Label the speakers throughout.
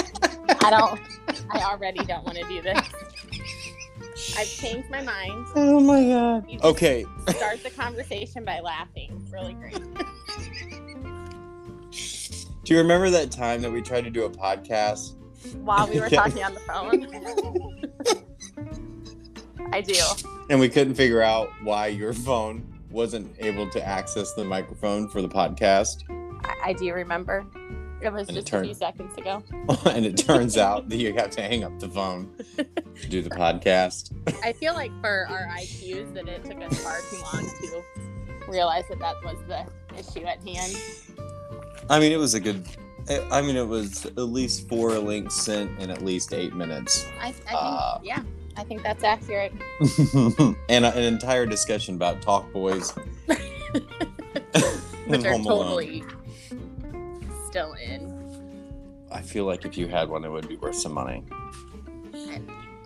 Speaker 1: I don't. I already don't want to do this. I've changed my mind.
Speaker 2: Oh my god.
Speaker 1: You just
Speaker 3: Okay.
Speaker 1: Start the conversation by laughing. It's really great.
Speaker 3: Do you remember that time that we tried to do a podcast?
Speaker 1: While we were
Speaker 3: Yeah.
Speaker 1: talking on the phone. I do.
Speaker 3: and we couldn't figure out why your phone wasn't able to access the microphone for the podcast.
Speaker 1: I, I do remember. It was
Speaker 3: And it
Speaker 1: just a
Speaker 3: turned-
Speaker 1: few seconds ago.
Speaker 3: and it turns out that you have to hang up the phone to do the podcast.
Speaker 1: I feel like for our IQs that it took us far too long to realize that that was the issue at hand.
Speaker 3: I mean, it was a good. I- I mean, it was at least four links sent in at least eight minutes,
Speaker 1: I, I think,
Speaker 3: Uh.
Speaker 1: yeah, I think that's accurate.
Speaker 3: and a- an entire discussion about Talk Boys,
Speaker 1: Which
Speaker 3: and
Speaker 1: are
Speaker 3: Home Alone.
Speaker 1: totally still in,
Speaker 3: I feel like if you had one, it would be worth some money.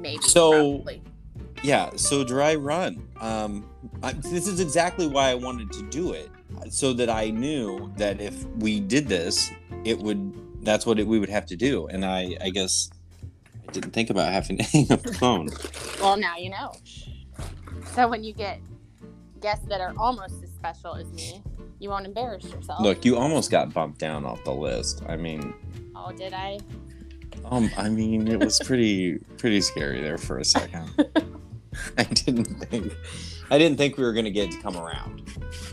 Speaker 1: maybe.
Speaker 3: So-
Speaker 1: probably.
Speaker 3: Yeah, so dry run. Um, I, this is exactly why I wanted to do it, so that I knew that if we did this, it would. That's what it, we would have to do. And I, I guess, I didn't think about having to hang up the phone.
Speaker 1: Well, now you know. So when you get guests that are almost as special as me, you won't embarrass yourself.
Speaker 3: Look, you almost got bumped down off the list. I mean,
Speaker 1: Oh, did I?
Speaker 3: um, I mean, it was pretty, pretty scary there for a second. I didn't think, I didn't think we were gonna get to come around.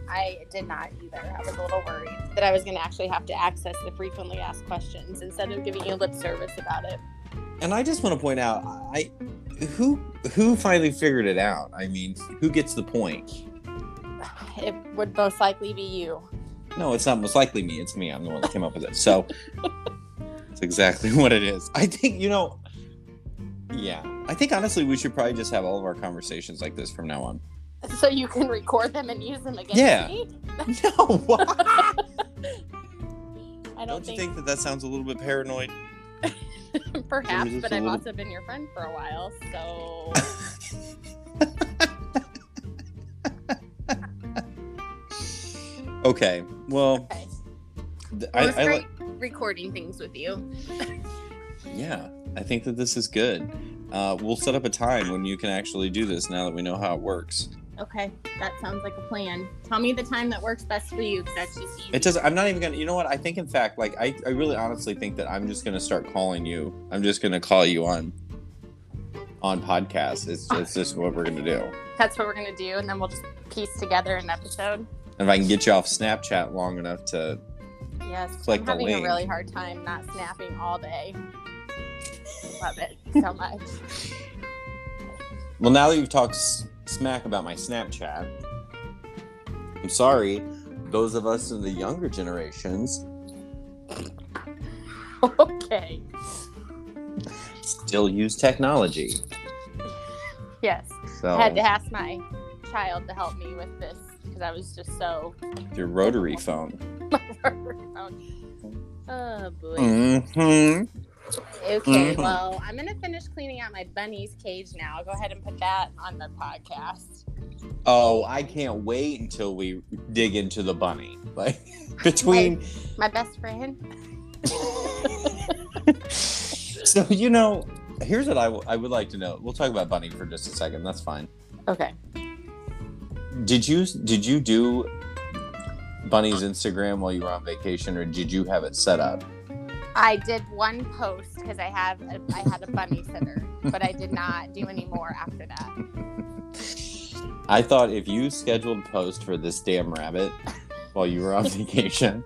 Speaker 1: I did not either. I was a little worried that I was going to actually have to access the frequently asked questions instead of giving you lip service about it.
Speaker 3: and I just want to point out, I who who finally figured it out. I mean, who gets the point?
Speaker 1: It would most likely be you.
Speaker 3: No, it's not most likely me. It's me. I'm the one that came up with it. So it's exactly what it is. I think you know. Yeah, I think honestly, we should probably just have all of our conversations like this from now on.
Speaker 1: So you can record them and use them against
Speaker 3: Yeah.
Speaker 1: me?
Speaker 3: No, what?
Speaker 1: I don't,
Speaker 3: don't you think that that sounds a little bit paranoid?
Speaker 1: think perhaps,
Speaker 3: Just
Speaker 1: but
Speaker 3: a
Speaker 1: I've
Speaker 3: little-
Speaker 1: also been your friend for a while, so
Speaker 3: Okay, well,
Speaker 1: okay.
Speaker 3: th-
Speaker 1: I,
Speaker 3: I, I like.
Speaker 1: recording things with you.
Speaker 3: Yeah, I think that this is good. Uh, we'll set up a time when you can actually do this now that we know how it works.
Speaker 1: Okay, that sounds like a plan. Tell me the time that works best for you, because that's just easy.
Speaker 3: It doesn't. I'm not even gonna. You know what? I think in fact, like I, I really honestly think that I'm just gonna start calling you. I'm just gonna call you on, on podcasts. It's it's just what we're gonna do.
Speaker 1: that's what we're gonna do, and then we'll just piece together an episode.
Speaker 3: And if I can get you off Snapchat long enough to,
Speaker 1: Yes,
Speaker 3: Click
Speaker 1: I'm
Speaker 3: the
Speaker 1: having
Speaker 3: link.
Speaker 1: a really hard time not snapping all day. Love it so much.
Speaker 3: well, now that you've talked s- smack about my Snapchat, I'm sorry. Those of us in the younger generations
Speaker 1: okay.
Speaker 3: still use technology.
Speaker 1: Yes,
Speaker 3: So
Speaker 1: I had to ask my child to help me with this because I was just so.
Speaker 3: your rotary phone.
Speaker 1: oh boy.
Speaker 3: Mm-hmm.
Speaker 1: Okay,
Speaker 3: Mhm.
Speaker 1: well, I'm gonna finish cleaning out my bunny's cage now. I'll go ahead and put that on the podcast.
Speaker 3: Oh, I can't wait until we dig into the bunny. Like between
Speaker 1: My best friend.
Speaker 3: so you know, here's what I w- I would like to know. We'll talk about bunny for just a second. That's fine.
Speaker 1: Okay.
Speaker 3: Did you did you do bunny's Instagram while you were on vacation, or did you have it set up?
Speaker 1: I did one post because I have a, I had a bunny sitter, but I did not do any more after that.
Speaker 3: I thought if you scheduled post for this damn rabbit while you were on vacation,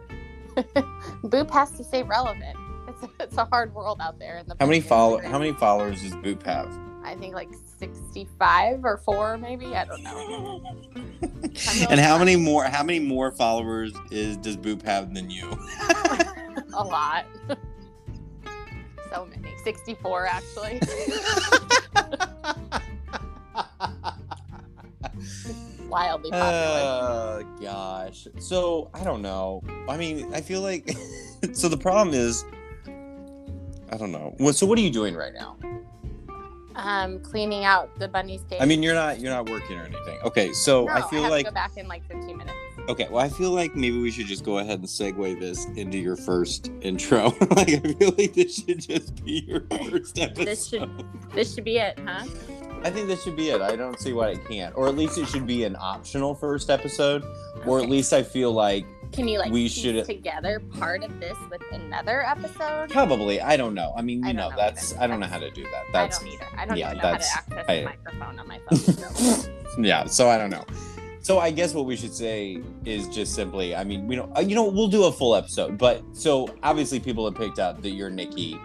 Speaker 1: Boop has to stay relevant. It's a, it's a hard world out there. In the
Speaker 3: how many
Speaker 1: bunny
Speaker 3: follow
Speaker 1: Instagram.
Speaker 3: how many followers does Boop have?
Speaker 1: I think like sixty-five or four, maybe. I don't know.
Speaker 3: and how many more how many more followers is does boop have than you
Speaker 1: a lot. so many. 64, actually. Wildly popular.
Speaker 3: uh, gosh so i don't know i mean i feel like so the problem is i don't know well, so what are you doing right now
Speaker 1: um, cleaning out the bunny's cage.
Speaker 3: i mean you're not you're not working or anything okay so
Speaker 1: No,
Speaker 3: i feel
Speaker 1: have
Speaker 3: like
Speaker 1: to go back in like 15 minutes.
Speaker 3: Okay, well, I feel like maybe we should just go ahead and segue this into your first intro. like, I feel like this should just be your first episode.
Speaker 1: This should- This should be it, huh?
Speaker 3: I think this should be it. I don't see why it can't, or at least it should be an optional first episode, or at
Speaker 1: Okay.
Speaker 3: least I feel like
Speaker 1: Can you like
Speaker 3: we
Speaker 1: piece
Speaker 3: should-
Speaker 1: together part of this with another episode?
Speaker 3: probably. I don't know. I mean, you
Speaker 1: I don't
Speaker 3: know,
Speaker 1: know
Speaker 3: that's
Speaker 1: either.
Speaker 3: I don't know how to do that.
Speaker 1: I
Speaker 3: That's
Speaker 1: don't either. I don't
Speaker 3: yeah,
Speaker 1: even know how to
Speaker 3: that's-
Speaker 1: access
Speaker 3: I-
Speaker 1: the microphone on my phone. so-
Speaker 3: yeah. So I don't know. So I guess what we should say is just simply, I mean, we don't, uh, you know, we'll do a full episode, but so obviously people have picked up that you're Nikki,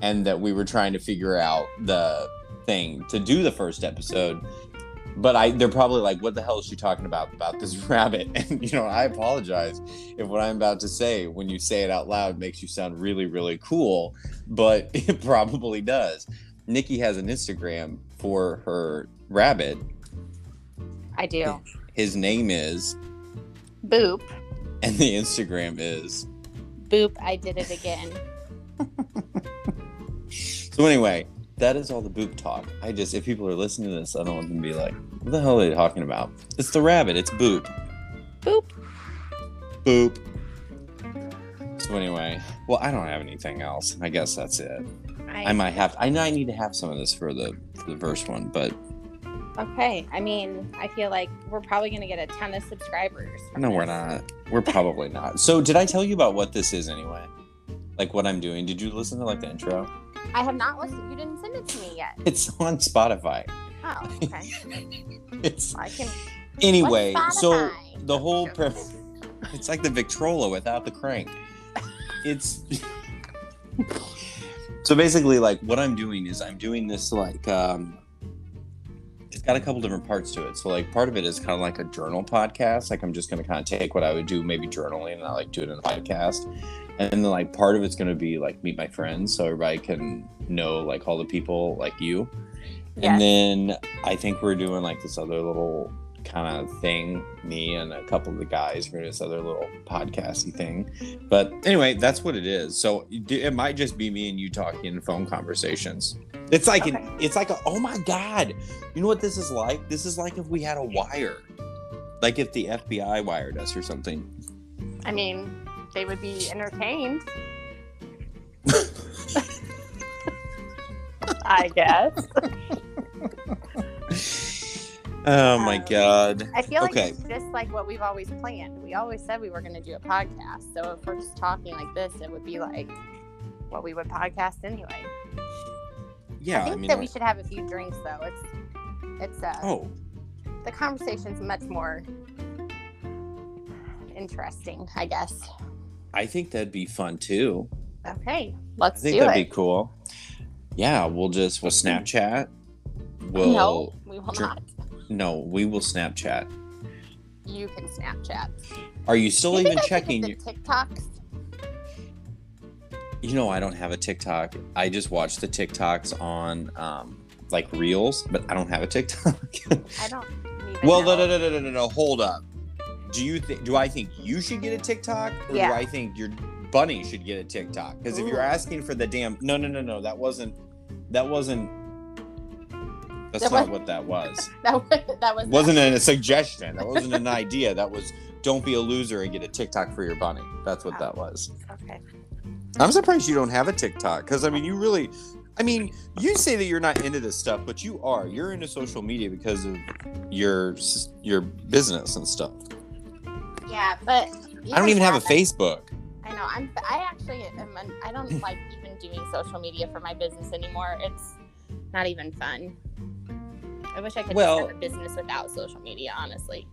Speaker 3: and that we were trying to figure out the thing to do the first episode. But I, they're probably like, "What the hell is she talking about about this rabbit?" And you know, I apologize if what I'm about to say, when you say it out loud, makes you sound really, really cool, but it probably does. Nikki has an Instagram for her rabbit.
Speaker 1: I do.
Speaker 3: His name is,
Speaker 1: Boop.
Speaker 3: and the Instagram is.
Speaker 1: Boop. I did it again.
Speaker 3: So anyway, that is all the boop talk. I just, if people are listening to this, I don't want them to be like, "What the hell are they talking about?" It's the rabbit. It's boop.
Speaker 1: Boop.
Speaker 3: Boop. So anyway, well, I don't have anything else. I guess that's it. I might have. I know I need to have some of this for the for the first one, but
Speaker 1: Okay. I mean, I feel like we're probably going to get a ton of subscribers. from
Speaker 3: no,
Speaker 1: this.
Speaker 3: we're not. We're probably not. So, did I tell you about what this is anyway? Like what I'm doing? Did you listen to like the intro?
Speaker 1: I have not listened. You didn't send it to me yet.
Speaker 3: It's on Spotify.
Speaker 1: Oh, okay.
Speaker 3: It's
Speaker 1: I can. what's
Speaker 3: anyway. So
Speaker 1: Spotify?
Speaker 3: the whole premise. It's like the Victrola without the crank. It's so basically like what I'm doing is I'm doing this like um it's got a couple different parts to it. So like part of it is kind of like a journal podcast. Like I'm just gonna kind of take what I would do maybe journaling and I like do it in a podcast. And then like part of it's gonna be like meet my friends so everybody can know like all the people like you.
Speaker 1: Yes.
Speaker 3: And then I think we're doing like this other little kind of thing. Me and a couple of the guys are doing this other little podcasty thing. But anyway, that's what it is. So you do- it might just be me and you talking in phone conversations. It's like an, it's like a oh my god. You know what this is like? This is like if we had a wire. Like if the FBI wired us or something.
Speaker 1: I mean, they would be entertained. I guess.
Speaker 3: Oh my
Speaker 1: Um,
Speaker 3: god.
Speaker 1: I feel like
Speaker 3: Okay.
Speaker 1: it's just like what we've always planned. We always said we were going to do a podcast. So if we're just talking like this, it would be like what we would podcast anyway. I
Speaker 3: Yeah, I,
Speaker 1: think
Speaker 3: mean
Speaker 1: that we
Speaker 3: like-
Speaker 1: should have a few drinks though. It's it's uh,
Speaker 3: Oh,
Speaker 1: the conversation's much more interesting, I guess.
Speaker 3: I think that'd be fun too.
Speaker 1: Okay,
Speaker 3: I
Speaker 1: let's
Speaker 3: think
Speaker 1: do
Speaker 3: that'd
Speaker 1: it. Mm-hmm.
Speaker 3: be cool. Yeah, we'll just we'll Snapchat. We'll
Speaker 1: no, we will
Speaker 3: Sure.
Speaker 1: not.
Speaker 3: no, we will Snapchat.
Speaker 1: You can Snapchat.
Speaker 3: Are you still
Speaker 1: You think
Speaker 3: even
Speaker 1: I should get
Speaker 3: checking?
Speaker 1: the
Speaker 3: your-
Speaker 1: TikToks.
Speaker 3: You know, I don't have a TikTok. I just watch the TikToks on um, like Reels, but I don't have a TikTok.
Speaker 1: I don't. Even
Speaker 3: well, no,
Speaker 1: know.
Speaker 3: no, no, no, no, no, no. Hold up. Do you think? Do I think you should get a TikTok, or
Speaker 1: Yeah.
Speaker 3: do I think your bunny should get a TikTok? Because if
Speaker 1: Ooh.
Speaker 3: you're asking for the damn, no, no, no, no, that wasn't. That wasn't. That's
Speaker 1: That
Speaker 3: not
Speaker 1: was-
Speaker 3: what that was.
Speaker 1: that was that was
Speaker 3: wasn't a suggestion. That wasn't an idea. That was don't be a loser and get a TikTok for your bunny. That's what that was.
Speaker 1: okay.
Speaker 3: I'm surprised you don't have a TikTok because I mean, you really, I mean, you say that you're not into this stuff, but you are. You're into social media because of your s- your business and stuff.
Speaker 1: Yeah, but
Speaker 3: I don't even have a
Speaker 1: that-
Speaker 3: Facebook.
Speaker 1: I know. I'm. I actually am. un- I don't like even doing social media for my business anymore. It's not even fun. I wish I could
Speaker 3: Well-
Speaker 1: just have a business without social media. Honestly,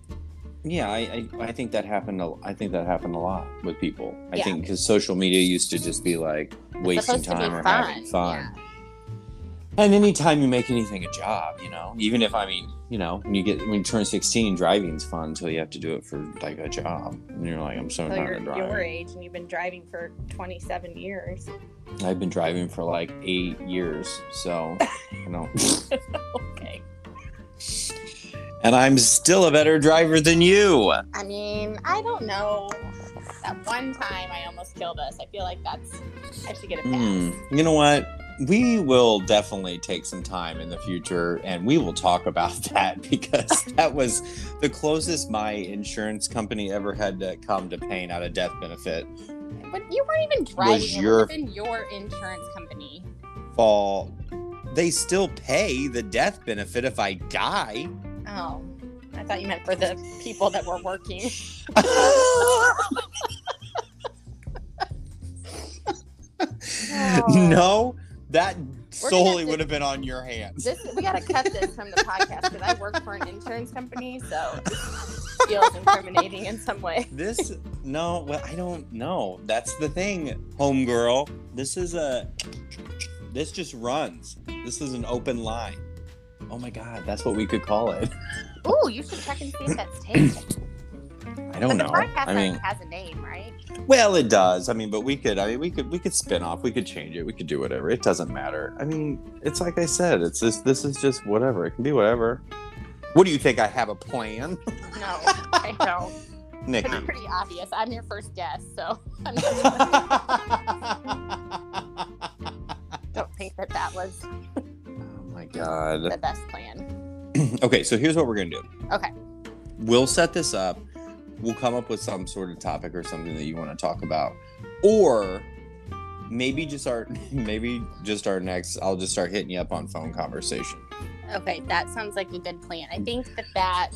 Speaker 3: Yeah, I, I I think that happened. A, I think that happened a lot with people. I
Speaker 1: Yeah.
Speaker 3: think because social media used to just be like
Speaker 1: it's
Speaker 3: wasting
Speaker 1: supposed to
Speaker 3: time
Speaker 1: be
Speaker 3: or
Speaker 1: fun.
Speaker 3: having fun. And anytime you make anything a job, you know, even if I mean, you know, when you get when you turn sixteen, driving's fun until you have to do it for like a job, and you're like, I'm so
Speaker 1: Yeah. Well,
Speaker 3: tired
Speaker 1: you're
Speaker 3: of
Speaker 1: your
Speaker 3: driving.
Speaker 1: age, and you've been driving for 27 years.
Speaker 3: I've been driving for like eight years, so you know,
Speaker 1: Okay.
Speaker 3: and I'm still a better driver than you.
Speaker 1: I mean, I don't know. That one time I almost killed us. I feel like that's. I should get a pass.
Speaker 3: Hmm. You know what? we will definitely take some time in the future and we will talk about that because that was the closest my insurance company ever had to come to paying out a death benefit
Speaker 1: But you weren't even driving.
Speaker 3: Was
Speaker 1: it
Speaker 3: your-
Speaker 1: was in your insurance company.
Speaker 3: fall. They still pay the death benefit if I die.
Speaker 1: Oh, I thought you meant for the people that were working.
Speaker 3: no, that solely
Speaker 1: to-
Speaker 3: would have been on your hands.
Speaker 1: This we gotta cut this from the podcast because I work for an insurance company, so this feels incriminating in some way.
Speaker 3: This no, well, I don't know. That's the thing, homegirl. This is a this just runs. This is an open line. Oh my god, that's what we could call it.
Speaker 1: Ooh, you should check and see if that's taped.
Speaker 3: I
Speaker 1: but
Speaker 3: don't know.
Speaker 1: The podcast
Speaker 3: Oh, I mean,
Speaker 1: has a name, right?
Speaker 3: well, it does. I mean, but we could. I mean, we could. We could spin off. We could change it. We could do whatever. It doesn't matter. I mean, it's like I said. It's this. This is just whatever. It can be whatever. What do you think? I have a plan,
Speaker 1: No, I don't.
Speaker 3: Nikki.
Speaker 1: But it's pretty obvious. I'm your first guest, so I'm not-
Speaker 3: oh
Speaker 1: don't think that that was
Speaker 3: my god.
Speaker 1: the best plan.
Speaker 3: okay, so here's what we're gonna do.
Speaker 1: Okay.
Speaker 3: We'll set this up. We'll come up with some sort of topic or something that you want to talk about, or maybe just our maybe just our next. I'll just start hitting you up on phone conversation.
Speaker 1: Okay, that sounds like a good plan. I think that that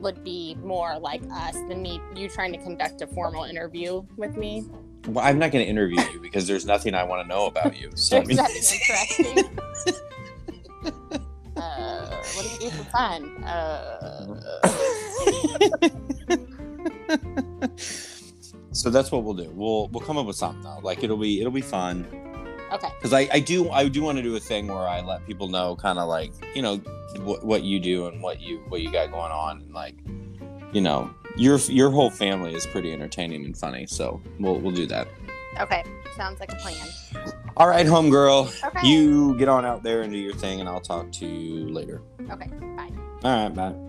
Speaker 1: would be more like us than me you trying to conduct a formal interview with me.
Speaker 3: Well, I'm not gonna interview you because there's nothing I want to know about you. So I
Speaker 1: There's
Speaker 3: mean,
Speaker 1: nothing interesting. uh, what do you do for fun? Uh,
Speaker 3: so that's what we'll do. We'll we'll come up with something though. Like it'll be it'll be fun.
Speaker 1: okay,
Speaker 3: because I, I do I do want to do a thing where I let people know kind of like you know what what you do and what you what you got going on and like you know your your whole family is pretty entertaining and funny so we'll we'll do that.
Speaker 1: okay, sounds like a plan.
Speaker 3: All right, homegirl,
Speaker 1: Okay,
Speaker 3: you get on out there and do your thing, and I'll talk to you later.
Speaker 1: okay, bye.
Speaker 3: All right, bye.